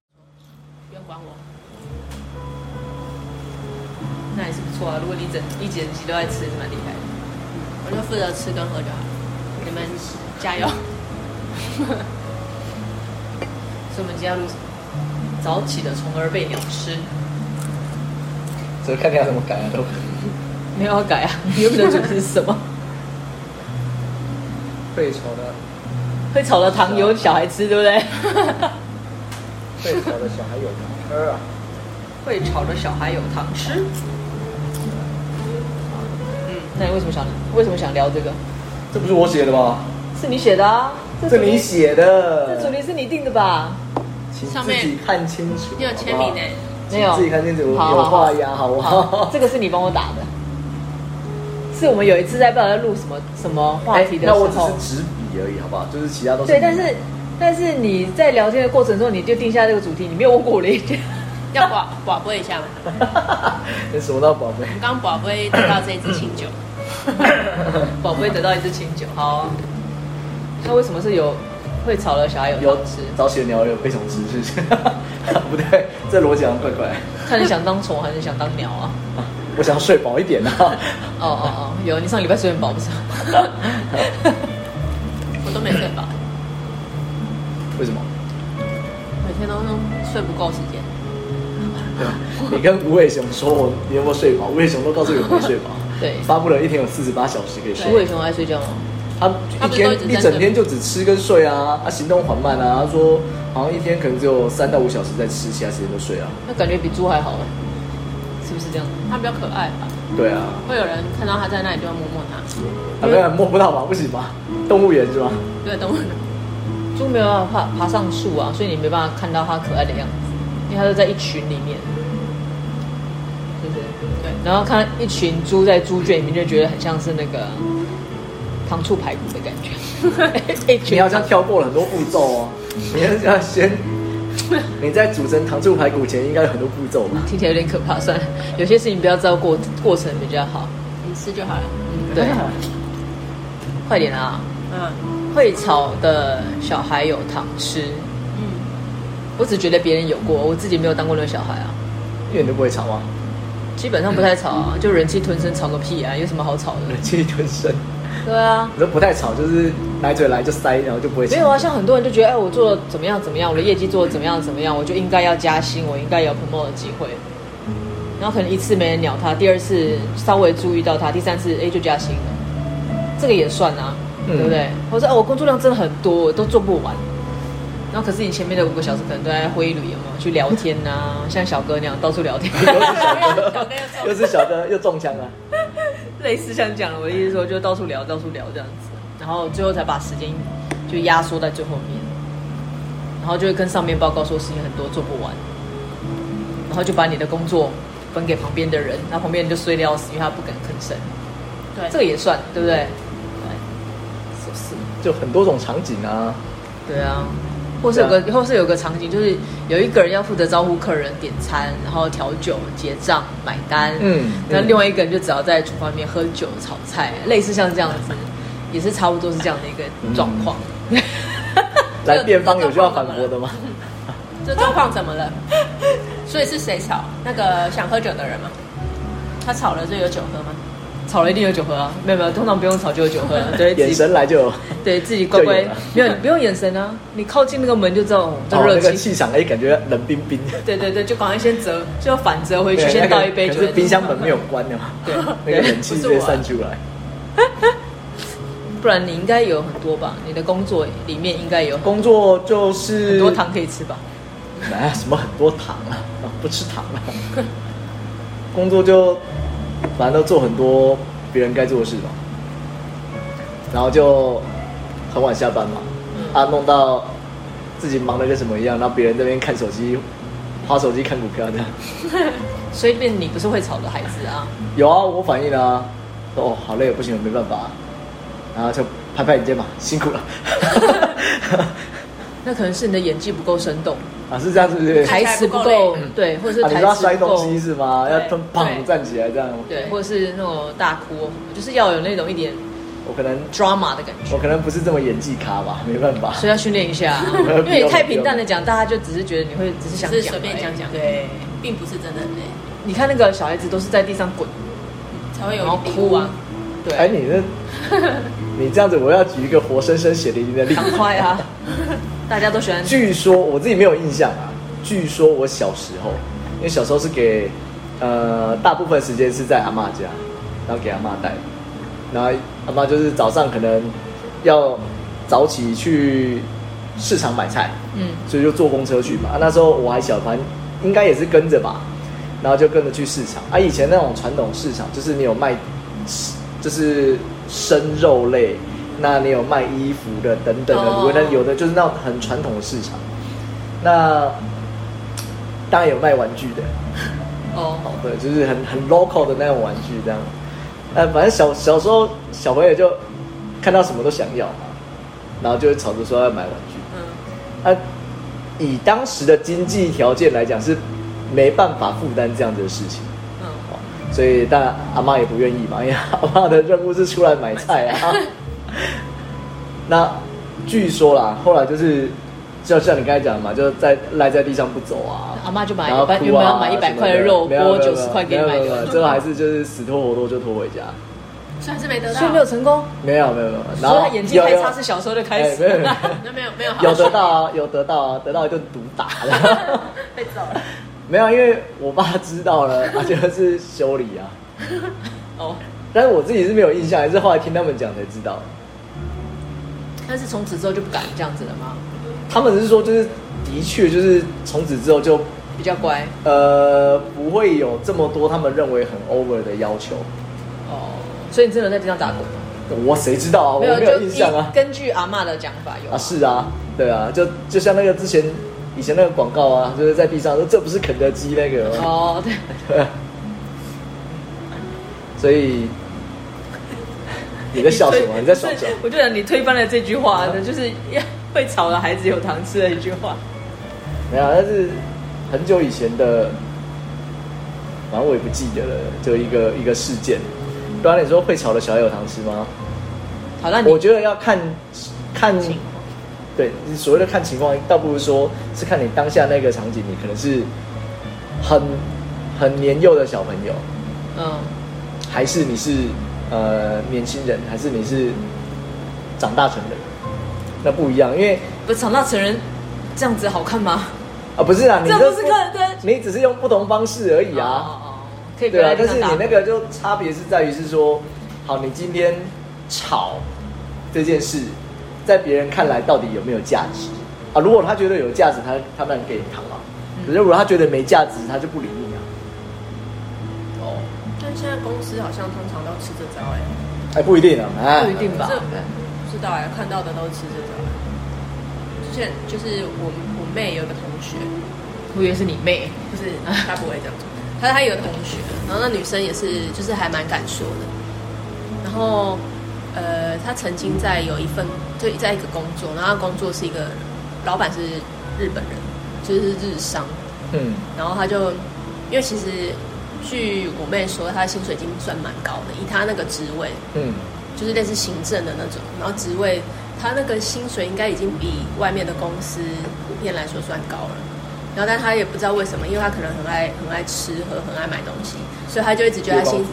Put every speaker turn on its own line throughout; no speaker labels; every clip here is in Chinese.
啊剪辑都在吃，蛮厉害的。我就负责吃跟喝就好了，你们加油。 所以我们今天要录什么早起的虫儿被鸟吃，
这看你要怎么改啊，都可以。
没有要改啊，你又不知道主题是什么。
被炒的，
会炒的糖有小孩吃，对不对？
被炒的小孩有糖吃啊。
会吵的小孩有糖吃。嗯，那你为什么想为什么想聊这个？
这不是我写的吗？
是你写的啊，
这你写
这主
的，
题是你定的吧？
请
上
自
面
己看清楚。
你有签
好不好
名呢、？欸
没有，
请自己看清楚，有
好好好
画押好不好？
这个是你帮我打的，是我们有一次在不知道在录什么什么话题的时
哎那我
候，
只是执笔而已，好不好？就是其他都是
对，但是但是你在聊天的过程中，你就定下这个主题，你没有问过我的意见。
要寡寡播一下嘛。
你什么到宝贝
我？们刚寡播得到这一支清 酒，
宝贝得到一支清酒，好、啊那为什么是有会吵的小孩有
有
糖吃？
早起的鸟有被虫吃，是不是？ 不对，这逻辑好像怪怪。
看你想当虫还是想当鸟啊？
我想睡饱一点 啊。
哦哦哦，有你上礼拜睡很饱不是？
我都没睡饱，
为什么？
每天都睡不够时间。
对吧你跟无尾熊说我你有没有睡饱？无尾熊都告诉你我没睡饱。
对
发布了一天有四十八小时可以睡
无。尾熊爱睡觉吗？
他
他
一
不是
天
都一直
一
在
整天就只吃跟睡啊，啊行动缓慢啊。他说好像一天可能只有三到五小时在吃，其他时间都睡啊。
那感觉比猪还好哎，是不是这样？
它比较可爱吧？
对啊，
会有人看到它在那里就要摸摸
啊
它，
没有摸不到吧？不行吧？动物园是吧？
对，动物园。
猪没有办法爬爬上树啊，所以你没办法看到它可爱的样子，因为它都在一群里面，对不对？
对，
然后看一群猪在猪圈里面，就觉得很像是那个糖醋排骨的感觉。 一
你
群
好像跳过了很多步骤哦。你要先，你在组成糖醋排骨前应该有很多步骤吧？
听起来有点可怕，算了，有些事情不要知道过过程比较好。
你吃就好了。
嗯，对，快点啊！
嗯
会吵的小孩有糖吃，
嗯，
我只觉得别人有过，我自己没有当过那个小孩啊。
因为你都不会吵吗？啊
基本上不太吵啊，就忍气吞声，吵个屁啊！有什么好吵的？
忍气吞声。
对啊，
你说不太吵，就是奶嘴来就塞，然后就不会吵。
没有啊，像很多人就觉得，哎，我做的怎么样怎么样，我的业绩做的怎么样怎么样，我就应该要加薪，我应该有 promo 的机会。然后可能一次没人鸟他，第二次稍微注意到他，第三次哎就加薪了，这个也算啊，
嗯
对不对？或者哦，我工作量真的很多，我都做不完。然后可是你前面的五个小时可能都在会议里有没有去聊天呐、像小哥那样到处聊天，
又是小哥又中枪啊了。
类似像讲了，我的意思说就到处聊，到处聊这样子，然后最后才把时间就压缩在最后面，然后就会跟上面报告说事情很多做不完，然后就把你的工作分给旁边的人，那旁边人就衰得要死，因为他不敢吭声，
对，
这个也算对不对？
对，
是不是？
就很多种场景啊，
对啊，或是有个，或是有个场景，就是有一个人要负责招呼客人、点餐，然后调酒、结账、买单。
嗯
那
嗯
另外一个人就只要在厨房里面喝酒、炒菜，类似像这样子，也是差不多是这样的一个状况。
来辩方有需要反驳的吗？
这状况怎么了？所以是谁吵？那个想喝酒的人吗？他吵了就有酒喝吗？
炒了一定有酒喝啊，没有没有，通常不用炒就有酒喝， 啊对，自己
眼神来就有，
对自己乖
就
乖
有了，
没有你不用眼神啊，你靠近那个门就知道哦这
哦，
热
那个
气。
气场哎，感觉冷冰冰。
对对对，就赶快先折，就反折回去，
对
先
那个
倒一杯
可
酒。
是冰箱门没有关的嘛，
对
那个冷气直接散出来。
不然你应该有很多吧？你的工作里面应该有很
工作就是
很多，糖可以吃吧？
哎，什么很多糖啊，啊 不吃糖了。工作就反正都做很多别人该做的事嘛，然后就很晚下班嘛，
嗯
啊，弄到自己忙得跟什么一样，然后别人在那边看手机，花手机看股票这样。
所以变你不是会吵的孩子啊？
有啊，我反应了、啊，说哦好累，不行，我没办法、然后就拍拍你肩膀，辛苦了，
那可能是你的演技不够生动，
啊是这样是不是？
台
台词不够
台词不够累，
对，或者
啊
是
你
台
说要
词
摔
不
东
够
西，是吗？要
对
砰
对
砰站起来这样，
对，或者是那种大哭，哦就是要有那种一点
我可能
drama 的感 觉，
我可能不是这么演技咖吧，没办法。
所以要训练一下啊，
没有
因为你太
必要
平淡的讲，大家就只是觉得你会只是想
只是
讲
随便
而已
讲讲
对，
并不是真的很累，
你看那个小孩子都是在地上滚，
超才会有
然后
礼物
哭
啊。
对，
哎，你这 你这样子，我要举一个活生生血淋淋的例子。
赶快 啊！大家都喜欢
据说我自己没有印象啊。据说我小时候，因为小时候是给呃大部分时间是在阿嬷家，然后给阿嬷带，然后阿嬷就是早上可能要早起去市场买菜，
嗯
所以就坐公车去嘛。啊、那时候我还小，反正应该也是跟着吧，然后就跟着去市场。啊，以前那种传统市场，就是你有卖，就是生肉类，那你有卖衣服的等等的，
哦
那、有的就是那种很传统的市场。那当然有卖玩具的，
哦，
对，就是很很 local 的那种玩具这样。呃，反正小小时候小朋友就看到什么都想要嘛，然后就会吵着说要买玩具。
嗯，
啊，以当时的经济条件来讲是没办法负担这样子的事情，
嗯
哦所以当然阿妈也不愿意嘛，因为阿妈的任务是出来买菜啊。 那据说啦，后来就是就像你刚才讲的嘛，就在赖在地上不走啊。
阿妈就买
然后
一
哭啊
半，原本要买一百块的肉
什么的没有
锅，
没有
九十块给你
没
买
有没有没有
的，
最后还是就是死拖活拖就拖回家，
所以还是没得到，
所以没有成功。
没有没有没有。
所
然
以
后
他演技太
有有
差是小时候就开
哎没有没
始。
有
那没有没有好好
有得到啊，有得到啊，得到就毒打了。
被揍了，
没有，因为我爸知道了， 他就是修理啊。
哦，
但是我自己是没有印象，还是后来听他们讲才知道。
但是从此之后就不敢这样子了吗？
他们是说，就是的确就是从此之后就
比较乖
呃不会有这么多他们认为很 over 的要求。
哦，所以你真的在地上打滚吗？
我谁知道啊？我没有印象啊
依。根据阿嬷的讲法有
啊，是啊，对啊，就就像那个之前以前那个广告啊，就是在地上说这不是肯德基那个吗？
哦，对，
对啊 所以你在笑什么？你在爽什么？啊
我就想你推翻了这句话，就是要会吵的孩子有糖吃的一句话。
没有，啊但是很久以前的，反正我也不记得了，就一个一个事件。不然你说会炒的小孩有糖吃吗？
好，那你
我觉得要看看
情
对所谓的看情况，倒不如说是看你当下那个场景，你可能是很很年幼的小朋友，
嗯，
还是你是呃年轻人，还是你是长大成人，那不一样，因为
不是长大成人这样子好看吗？
啊不是啊，你
这不是看对
你只是用不同方式而已啊。
哦哦哦可以不
对
要
啊
在，地
但是
上打
你
滚
那个就差别是在于是说，好，你今天吵这件事，在别人看来到底有没有价值啊？如果他觉得有价值，他他当然给你糖啊。可是如果他觉得没价值，他就不理你啊。哦，
但现在公司好像通常都吃这招哎、
哎，不一定啊，哎，
不一定吧
这不知道哎、看到的都吃这招、之前就是我我妹有个同学，
我以为是你妹，
不是她不会这样做，她她有个同学，然后那女生也是就是还蛮敢说的，然后呃，她曾经在有一份就在一个工作，然后她工作是一个老板是日本人，就是日商，
嗯，
然后他就因为其实据我妹说，她薪水已经算蛮高的，以她那个职位，
嗯
就是类似行政的那种，然后职位，她那个薪水应该已经比外面的公司普遍来说算高了。然后，但她也不知道为什么，因为她可能很爱很爱吃喝，很爱买东西，所以她就一直觉得她
月
薪
光族，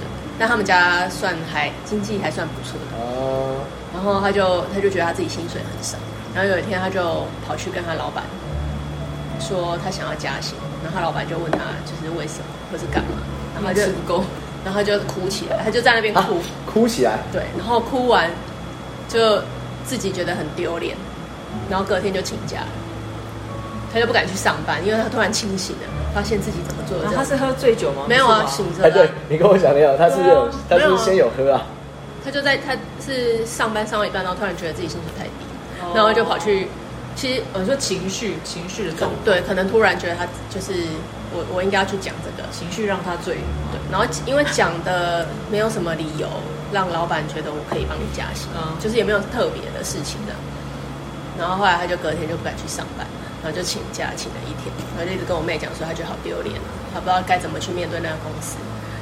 对但他们家算还经济还算不错的。
啊，
然后他就他就觉得他自己薪水很少，然后有一天他就跑去跟他老板说他想要加薪，然后他老板就问他就是为什么或是干嘛，然后他就
吃不够，
然后他就哭起来，他就在那边
啊
哭，
哭起来，
对，然后哭完就自己觉得很丢脸，然后隔天就请假了，他就不敢去上班，因为他突然清醒了，发现自己怎么做的
然后
这
啊他是
样，
喝醉酒吗？
没有啊，
不是吧
醒着
哎，
了
对
啊，
你跟我讲的一样，他是不是有
对啊
他是
没
不
有
是
啊
先有喝啊？
他就在他是上班上到一半，然后突然觉得自己薪水太低，
哦
然后就跑去，其实呃
我说情绪情绪的
可
动物，
对，可能突然觉得他就是我，我应该要去讲这个，
情绪让他醉，
对，然后因为讲的没有什么理由，让老板觉得我可以帮你加薪，
嗯
就是也没有特别的事情的。然后后来他就隔天就不敢去上班，然后就请假请了一天，然后就一直跟我妹讲说他觉得好丢脸，他不知道该怎么去面对那个公司。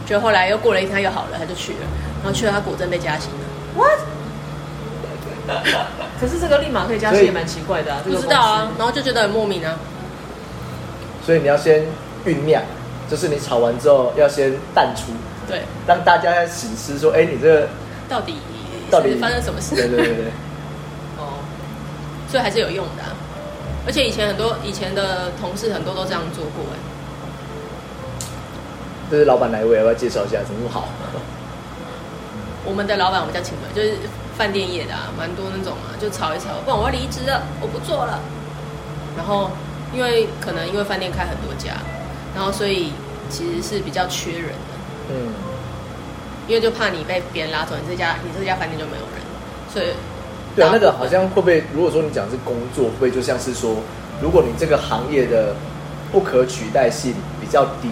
就后来又过了一天他又好了，他就去了，然后去了他果真被加薪了。
可是这个立马可以加
所
薪
以
也蛮奇怪的啊，这
不
个
知道啊
公，司
然后就觉得很莫名啊。
所以你要先酝酿，就是你吵完之后要先淡出，
对，
让大家醒思说，哎，你这个
到底
到底
是发生什么事？
对对对对，
哦，
所以还是有用的啊、而且以前很多以前的同事很多都这样做过、哎，
就是老板来我也要不要介绍一下，怎么那么好？
我们的老板我们叫秦哥，就是饭店业的啊，蛮多那种啊，就吵一吵，不然我要离职了，我不做了。然后因为可能因为饭店开很多家，然后所以其实是比较缺人的，
嗯，
因为就怕你被别人拉走，你这家你这家饭店就没有人，所以
对啊，
大
那
部
个
分
好像会不会，如果说你讲是工作，会不会就像是说，如果你这个行业的不可取代性比较低，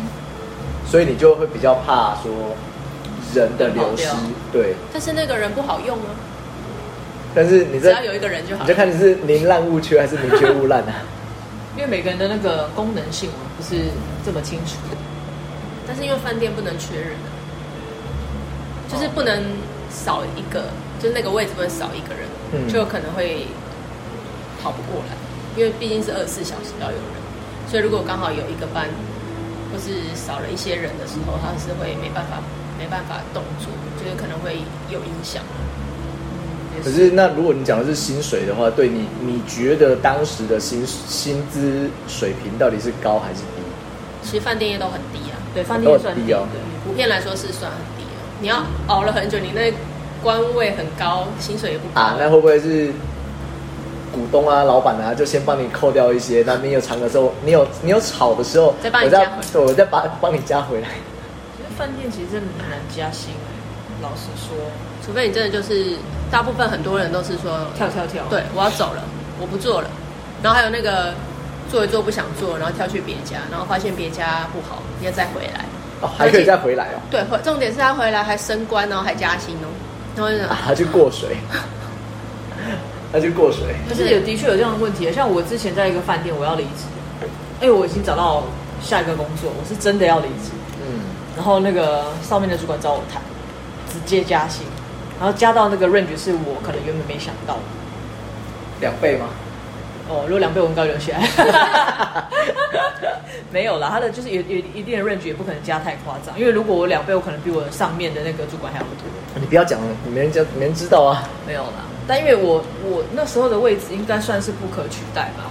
所以你就会比较怕说人的流失
跑掉，
对。
但是那个人不好用啊，
但是你
只
这
要有一个人就好
你就
了。
看你是宁滥勿缺还是宁缺毋滥 啊？
因为每个人的那个功能性我不是这么清楚。
但是因为饭店不能缺人啊，就是不能少一个，就是那个位置不能少一个人，
嗯
就有可能会跑不过来，因为毕竟是二十四小时要有人，所以如果刚好有一个班，或是少了一些人的时候，他是会没办法没办法动作，就是可能会有影响。也
可是那如果你讲的是薪水的话，对你你觉得当时的薪薪资水平到底是高还是低？
其实饭店业都很低啊，
对，饭店也算低
都
的
很低，
普遍来说是算很低的。你要熬了很久，你那官位很高，薪水也不高
啊，那会不会是股东啊、老板啊，就先帮你扣掉一些？那你有长的时候，你有你有炒的时候，
再帮你
我再
加回来
对我再把帮你加回来。
其实饭店其实真的很难加薪、欸，老实说，
除非你真的就是，大部分很多人都是说，
跳跳跳，
对我要走了，我不做了。然后还有那个做一做不想做，然后跳去别家，然后发现别家不好，你要再回来。
哦，还可以再回来哦。
对，回重点是他回来还升官，然后还加薪哦。然后就想
啊，他去过水，他去过水。
可是也的确有这样的问题，像我之前在一个饭店，我要离职，哎，我已经找到下一个工作，我是真的要离职，
嗯，
然后那个上面的主管找我谈，直接加薪，然后加到那个 range 是我可能原本没想到的，
两倍啊吗？
哦，如果两倍我应该留下来， 没有啦，他的就是也也一定的 range 也不可能加太夸张，因为如果我两倍，我可能比我上面的那个主管还要多。
你不要讲了，你没人家没人知道啊。
没有啦，但因为我我那时候的位置应该算是不可取代吧，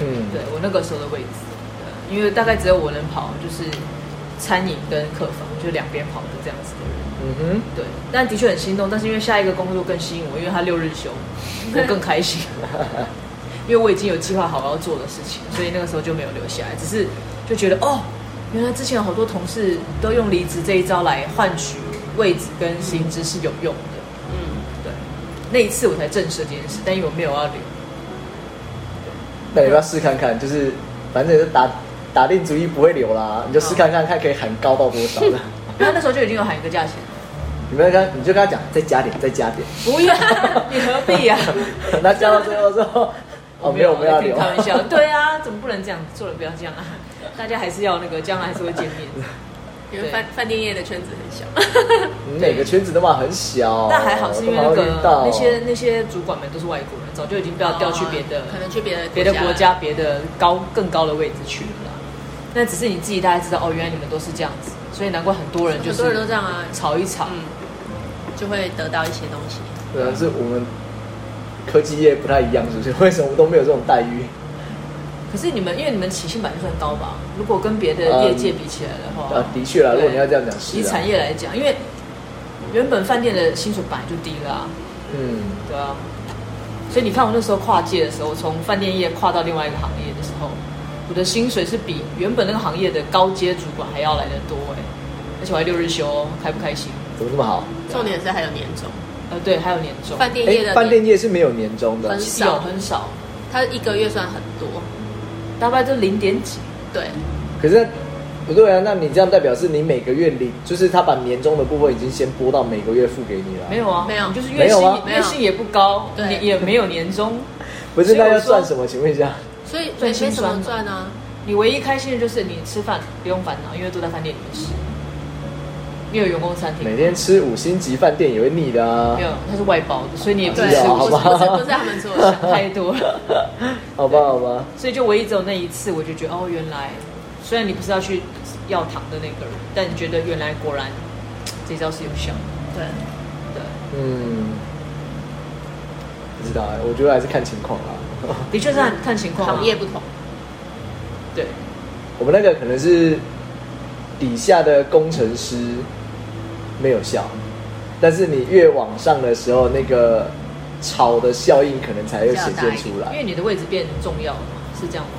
嗯，
对我那个时候的位置，对因为大概只有我能跑，就是餐饮跟客房，就两边跑的这样子的人，
嗯哼。
对，但的确很心动，但是因为下一个工作更吸引我，因为他六日休，我更开心， 因为我已经有计划好我要做的事情，所以那个时候就没有留下来，只是就觉得哦，原来之前有好多同事都用离职这一招来换取位置跟薪资是有用的。
嗯，
对，那一次我才正视这件事，但因为我没有要留，
那你要不要试看看？就是反正也是打打定主意不会留啦，你就
哦
试看看看可以喊高到多少 的。
因为他那时候就已经有喊一个价钱，
你们跟你就跟他讲再加点，再加点。
不要， 你何必啊呀、
那加到最后之 后，哦没有我们要
在
留
开。玩笑，对啊，怎么不能这样？做人不要这样啊！大家还是要那个，将来还是会见面，
因为饭饭店业的圈子很小，
你每个圈子都嘛很小，
但还好是因为
都
那
蛮容
个
易哦到
那些那些主管们都是外国人，早就已经被调去别的
哦可能去别的
别的国家、别的高更高的位置去了啦。那只是你自己大概知道哦，原来你们都是这样子，所以难怪很多人就
很多人都
是
这样啊，
吵一吵，
嗯，就会得到一些东西。
可能是我们科技业不太一样，是不是？为什么都没有这种待遇？
可是你们，因为你们起薪本来就算高吧？如果跟别的业界比起来的话，
嗯啊，的确啦，
哦对
如果你要这样讲是
以
啊
产，业来讲，因为原本饭店的薪水本来就低了、啊，
嗯，
对啊。所以你看我那时候跨界的时候，从饭店业跨到另外一个行业的时候，我的薪水是比原本那个行业的高阶主管还要来得多哎、而且我还六日休哦，开不开心？
怎么这么好？
重点是还有年终，
呃，对，还有年终，
饭店业
哎，
的
饭店业是没有年终的
很，
其实有很少，
他一个月算很多，
大概就零点几。
对，
可是不对啊，那你这样代表是你每个月领，就是他把年终的部分已经先拨到每个月付给你了，
没？有啊，
没有
你就是月
没有
薪、
啊
月薪也不高，
对
也也没有年终。
不是，
所以
那
我
要
说
赚什么？请问一下，
所以
最
没
心
没什
酸
么
的
赚啊。
你唯一开心的就是你吃饭不用烦恼，因为都在饭店里面吃。你有员工餐厅，
每天吃五星级饭店也会腻的啊
没，有，它是外包的，所以你也不
对
是
是啊
吃
好
不
不
吧
起
是不是不是他们做的，
太多了。
好吧，好吧，
所以就唯一只有那一次，我就觉得哦，原来虽然你不是要去药堂的那个人，但你觉得原来果然这招是有效的。
对，
对，
嗯，不知道哎，我觉得还是看情况啦。啊
的确是看看情况啊、
行业不同，
对，
我们那个可能是底下的工程师没有效，但是你越往上的时候，那个吵的效应可能才会显现出
因
来
为。你的位置变重要了嘛，是这样吗？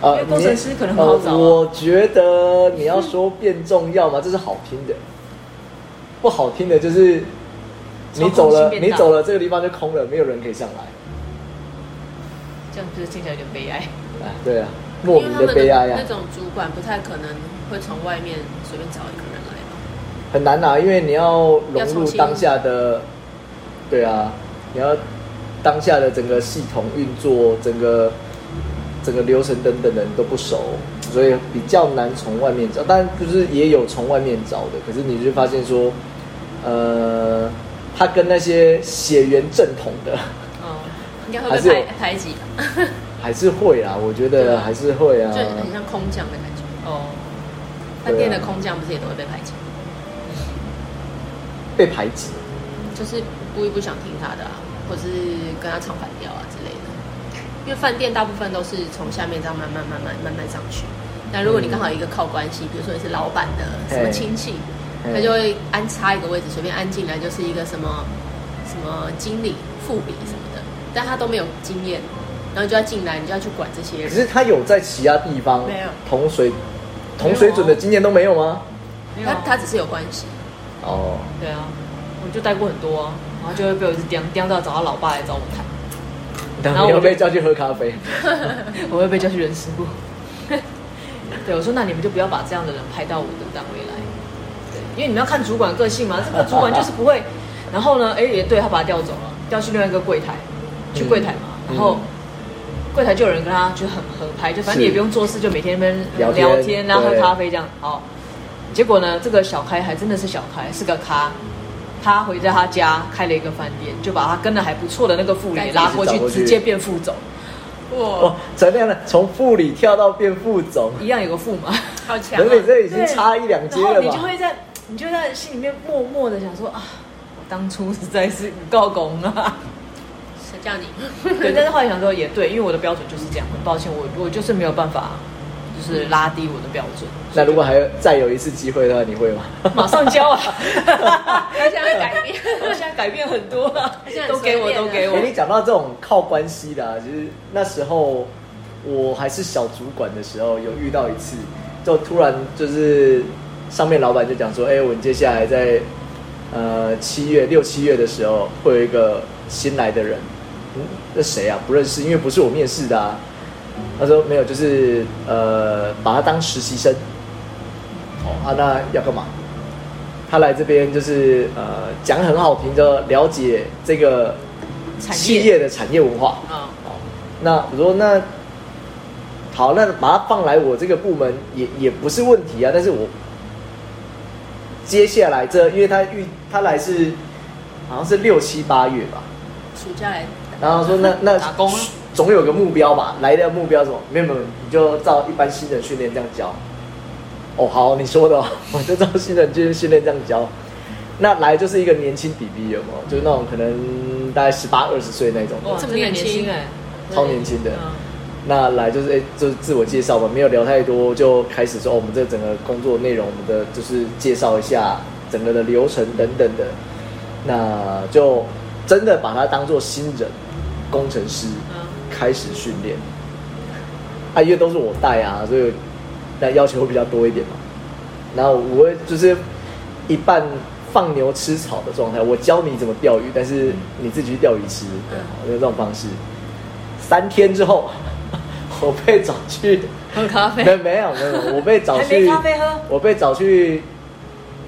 呃
因为工程师可能很好找啊
呃我觉得你要说变重要嘛，这是好听的，不好听的就是你
从
走
空
了，
心变
你
大
走了，这个地方就空了，没有人可以上来。
这样就是听起来有点悲 哀。
哎，对啊，莫名
因
的
为他们
悲哀啊
那种主管不太可能会从外面随便找一个人来吧？
很难呐、因为你要融
要重
入
新
当下的，对啊，你要当下的整个系统运作，整个整个流程等等的你都不熟，所以比较难从外面找。当然，就是也有从外面找的，可是你就发现说，呃，他跟那些血缘正统的
嗯，
应该
还
会
是
被排
有
排挤吧？
还是会啊，我觉
对
得
啊
还是会啊
就。很像空降的感觉。
哦，
饭店的空降不是也都会被排挤，
被排挤，
就是故意不想听他的啊，或是跟他唱反调啊之类的。因为饭店大部分都是从下面这样慢慢慢慢慢慢上去。那如果你刚好有一个靠关系，比如说你是老板的什么亲戚，
嘿
他就会安插一个位置，随便安进来就是一个什么什么经理、副理什么的，但他都没有经验，然后你就要进来，你就要去管这些
可
人。
是他有在其他地方
没有
同水同水准的经验都没有吗？
没有
他
啊
他只是有关系，
哦，
对啊，我就待过很多啊，然后就会被我一直刁刁到找他老爸来找我谈，
然
然后
后
我
你
就
又被叫去喝咖啡，
我会被叫去人事部。对，我说那你们就不要把这样的人派到我的单位来，对，因为你们要看主管个性嘛，这个主管就是不会。 然后呢，哎，也对他把他调走了，调去另外一个柜台，去柜台嘛，
嗯
然后。柜台就有人跟他就很合拍，就反正你也
是
不用做事，就每天跟
聊天
聊天然后喝
对
咖啡这样。好，结果呢，这个小开还真的是小开，是个咖。他回在他家开了一个饭店，就把他跟的还不错的那个副理
该
拉
自己
过
找
去，
过去
直接变副总，
哇
哇，，
哦怎么样呢？从副理跳到变副总，
一样有个副嘛。
好强、
可是你
啊！
这已经差一两阶
然后
了
你就
吧？
会在，你就会在心里面默默的想说啊，我当初实在是不够拱 啊。
谁叫你？
对，但是后来想说也对，因为我的标准就是这样，很抱歉，我我就是没有办法，就是拉低我的标 准。
那如果还有再有一次机会的话，你会吗？
马上交 啊！
他现在改变，
我现在改变很多了
现在，很
都给我，
随便
都
了
给
哎、你
我。
讲到这种靠关系的、啊，其实那时候我还是小主管的时候，有遇到一次，就突然就是上面老板就讲说，哎、我们接下来在呃七月六七月的时候，会有一个新来的人，嗯，那谁啊？不认识，因为不是我面试的啊。他说没有，就是呃，把他当实习生。哦啊，那要干嘛？他来这边就是呃，讲很好听，就了解这个
产
企
业
业的产业文化。
啊，
哦，那我说那好，那把它放来我这个部门也也不是问题啊。但是我接下来这，因为他预他来是好像是六七八月吧，
暑假来
然后说那那
打工啊
总有个目标吧，来的目标是什么？没有没有，你就照一般新人训练这样教。哦，好，你说的、哦， 我就照新人训训练这样教。那来就是一个年轻 BB 有没有？就是那种可能大概十八二十岁那种的，
哇，
这
这
么
么年
年轻
轻哎，
超年轻的。
嗯
那来就是哎、就是自我介绍嘛，没有聊太多，就开始说、哦、我们这整个工作内容，我们的就是介绍一下整个的流程等等的。那就真的把他当做新人工程师
嗯，
开始训练。啊，因为都是我带啊，所以那要求会比较多一点嘛。然后我会就是一半放牛吃草的状态，我教你怎么钓鱼，但是你自己去钓鱼吃，
嗯
对，我就这种方式。三天之后， 我被找去，
喝咖啡
没。有没有没有，我被找
还
去
没咖啡喝
我被找去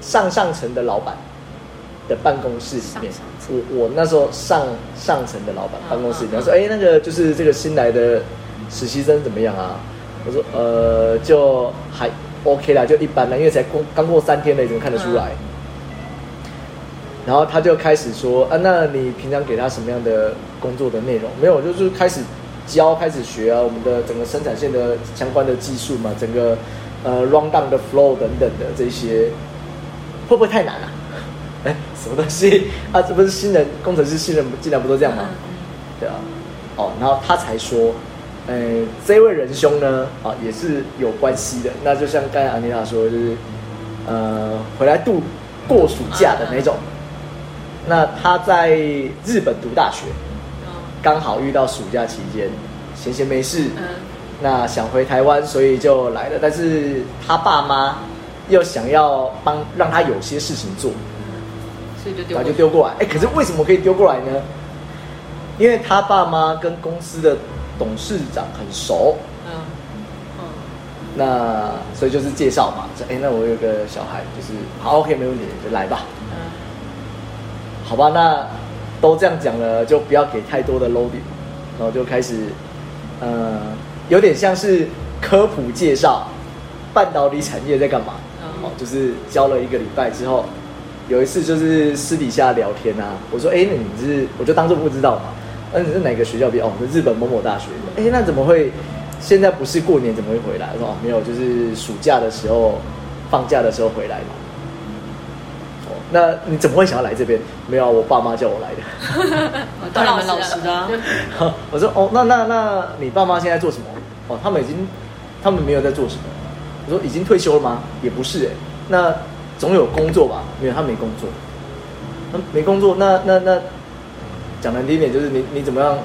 上上层的老板的办公室里面
上上，
我我那时候上上层的老板
嗯
办公室里面
嗯
他说，哎、那个就是这个新来的实习生怎么样啊？我说，呃，就还 OK 啦，就一般啦，因为才过刚过三天了，怎么看得出来？
嗯
然后他就开始说啊，那你平常给他什么样的工作的内容？没有，我就是开始教，开始学啊，我们的整个生产线的相关的技术嘛，整个呃 round down 的 flow 等等的这些，会不会太难了、啊？什么东西啊？这不是新人工程师新人进来不都这样吗？对啊，哦，然后他才说，呃，这位仁兄呢，啊，也是有关系的。那就像刚才安妮娜说的，就是呃，回来度过暑假的那种。那他在日本读大学，刚好遇到暑假期间，闲闲没事，
嗯
那想回台湾，所以就来了。但是他爸妈又想要帮让他有些事情做，
所以就丢过
然后
去
就丢过来。哎、可是为什么可以丢过来呢？因为他爸妈跟公司的董事长很熟，
嗯
嗯
那所以就是介绍嘛，说哎、那我有个小孩，就是好 OK 没问题，就来吧。
嗯
好吧，那都这样讲了，就不要给太多的 loading，然后就开始，呃，有点像是科普介绍半导体产业在干嘛。
嗯
哦，就是教了一个礼拜之后，有一次就是私底下聊天啊，我说，哎、那你是，我就当做不知道嘛。那、你是哪个学校毕业？哦，我们日本某某大学。哎、那怎么会？现在不是过年，怎么会回来？我说哦，没有，就是暑假的时候，放假的时候回来嘛。哦，那你怎么会想要来这边？没有啊，我爸妈叫我来的。
哦当然蛮老实的啊，
我说哦，那那那你爸妈现在做什么？哦，他们已经，他们没有在做什么。我说已经退休了吗？也不是哎、那总有工作吧？没有，他没工作。那没工作，那那那讲难听一点，就是你你怎么样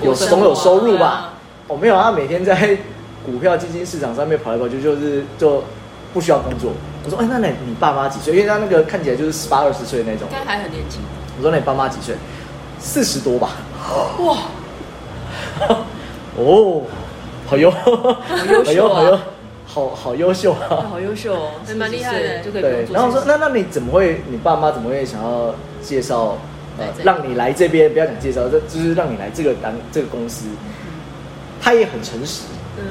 有
过生
总
活
有
啊
收入
对
吧
啊？
哦，没有，他每天在股票基金市场上面跑来跑去，就是就不需要工作。我说哎，那你你爸妈几岁？因为他那个看起来就是十八二十岁的那种
应。该还很年轻。
我说那你爸妈几岁？四十多吧。
哇，
哦，好优，
好优秀啊
好优，好好优秀啊！
好优秀哦，
还哎蛮厉害的
40岁就可以不用
对，
做
然后我说
这些事
那那你怎么会？你爸妈怎么会想要介绍呃
来这里
让你来这边？不要讲介绍，这就是让你来这个单这个公司。他也很诚实，
嗯，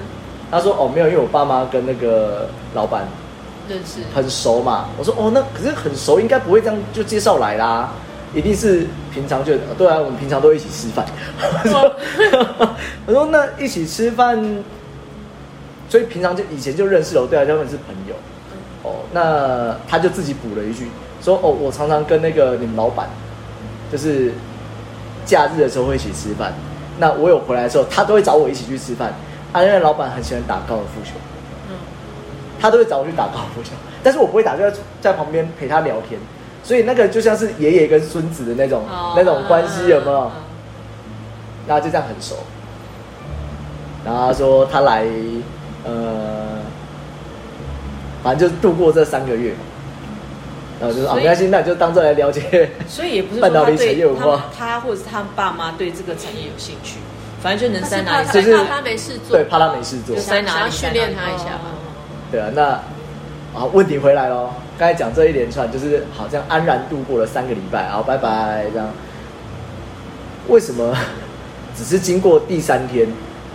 他说哦没有，因为我爸妈跟那个老板
认识。
很熟嘛。我说哦那可是很熟，应该不会这样就介绍来啦。一定是平常就呃对啊，我们平常都一起吃饭。我说 我说那一起吃饭所以平常就以前就认识了，对啊，他们是朋友。哦，那他就自己补了一句，说哦，我常常跟那个你们老板，就是假日的时候会一起吃饭。那我有回来的时候，他都会找我一起去吃饭。啊，因为老板很喜欢打高尔夫球，
嗯
他都会找我去打高尔夫球，但是我不会打，就在在旁边陪他聊天。所以那个就像是爷爷跟孙子的那种、
哦
那种关系，有没有？
嗯嗯嗯
然后就这样很熟。然后他说他来，呃，反正就是度过这三个月嘛。然后我就说
所
啊，
以
没关系，那你就当做来了解。
所以也不是说
半
他
导体
对
产业文化
他他或者是他爸妈对这个产业有兴趣，反正就能塞哪
他
里
是
塞
就
怕
是
他怕他没事做，
对，怕他没事做
就。塞哪里，
想要训练他一下吧
吧。
对啊，那啊，问题回来咯，刚才讲这一连串，就是好像安然度过了三个礼拜，好，拜拜这样。为什么 只是经过第三天，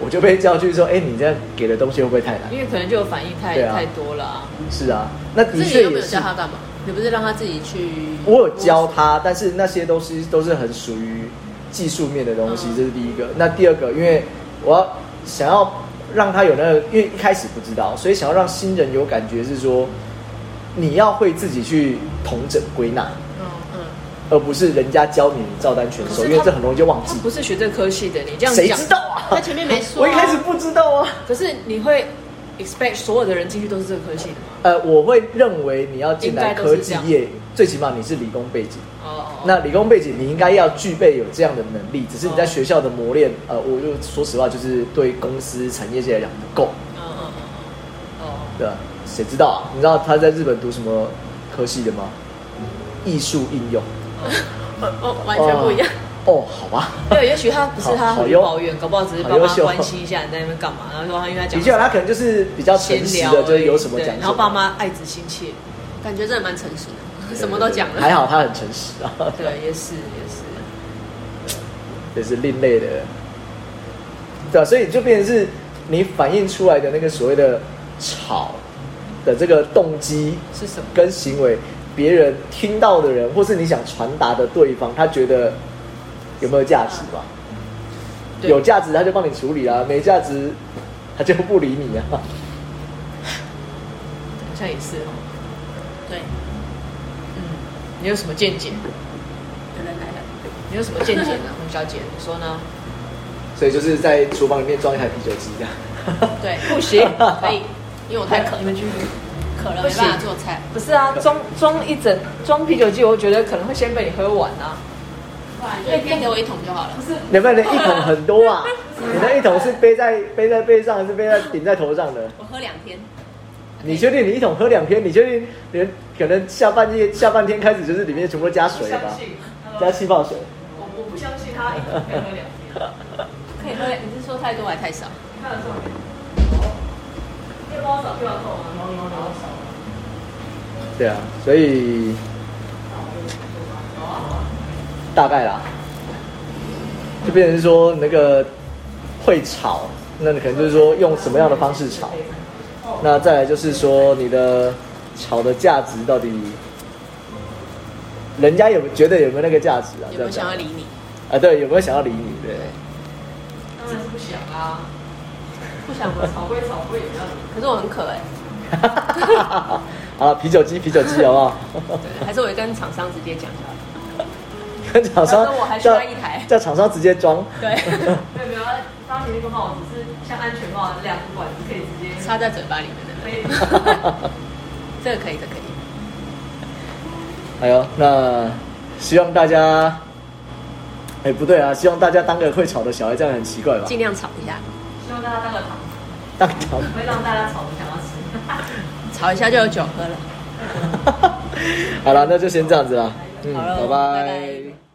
我就被叫去说，哎、你这样给的东西会不会太难？
因为可能就有反应太
对啊
太多了啊。
是啊，那
可
的
是你
确
又没
也
有
是
教。他干嘛？你不是让他自己去？
我有教。他，但是那些都是都是很属于技术面的东西，
嗯
这是第一个。那第二个，因为我要想要让他有那个，因为一开始不知道，所以想要让新人有感觉是说，你要会自己去统整归纳，
嗯嗯，
而不是人家教你照单全
可
收，
是他
因为这很容易就忘
他
记。
不是学这科系的，你这样
谁
讲
知道啊？
他前面没说啊
我一开始不知道啊。
可是你会 expect 所有的人进去都是这个科系的吗？
呃，我会认为你要进来
应该都
科
是这
技
样
业，最起码你是理工背景。
哦
那理工背景，你应该要具备有这样的能力，只是你在学校的磨练，呃，我就说实话，就是对公司产业界来讲不够，
嗯嗯嗯哦，
对吧？谁知道啊？你知道他在日本读什么科系的吗？艺术应用，
哦，完全不一样。
哦，好吧。
对，也许他不是他
好好
很
哟
抱怨，搞不好只是爸
好优
妈
秀
关心一下你在那边干嘛，然后说他因为他
的
讲
确，他可能就是比较诚
闲
实
聊而
的，
已，
就是有什么
对
讲什
然
么。
后爸妈爱子心切，
感觉真的蛮诚实的，
哦对
什么都讲了。
还好他很诚实啊，
对，也是也是，
也是另类的，对啊，所以就变成是你反映出来的那个所谓的吵的这个动机
是什么？
跟行为，别人听到的人，或是你想传达的对方，他觉得有没有价值吧？
对
有价值他就帮你处理啊，没价值 他就不理你啊。
好像也是哦。
对，
嗯，你有什么见解？
有人来了，
你有什么见解呢，洪小姐？你说呢？
所以就是在厨房里面装一台啤酒机这样。
对，
不行
可以，因为我太渴
你，们去。
渴了
不
没
行
办法做菜。
不是啊，装装一整装啤酒机，我觉得可能会先被你喝完啊。
可以给我一桶就好了。
不是，
你们的一桶很多啊，你那一桶是背在背在背上，还是背在顶在头上的？
我喝两天，
你确定你一桶喝两天？你确定连可能下半夜下半天开始就是里面全部加水了吧？加气泡水。
我我不相信他一定可以喝两天。
可以喝。你是说太多还太少？
看得上面。面包少就要扣啊，然后牛奶少。
对啊，所以大概啦，就变成是说那个会炒，那你可能就是说用什么样的方式炒，那再来就是说你的炒的价值到底，人家有觉得有没有那个价值啊？这
有没
样
有
讲
想要理你？
啊？对，有没有想要理你？对，
当然是不想啊，
不想喝。
炒归炒，不也要你。
可是我很渴哎、
好了，啤酒机，啤酒机好不好？
对，还是我跟厂商直接讲就好了。
跟厂商
那我还需
叫
要一台
叫厂商直接装。
对，
没有没有，当你那个帽子是像安全帽两个管子可以直接
插在嘴巴里面的，
可以。
这个可以，这个可
哎
以。
呦，那希望大家，哎，不对啊，希望大家当个会吵的小孩，这样很奇怪吧？
尽量炒一下，
希望大家当个糖，
当场，
会让大家炒的想要吃。
炒一下就有酒喝了。
好了，那就先这样子啦，嗯，
好了
拜
拜拜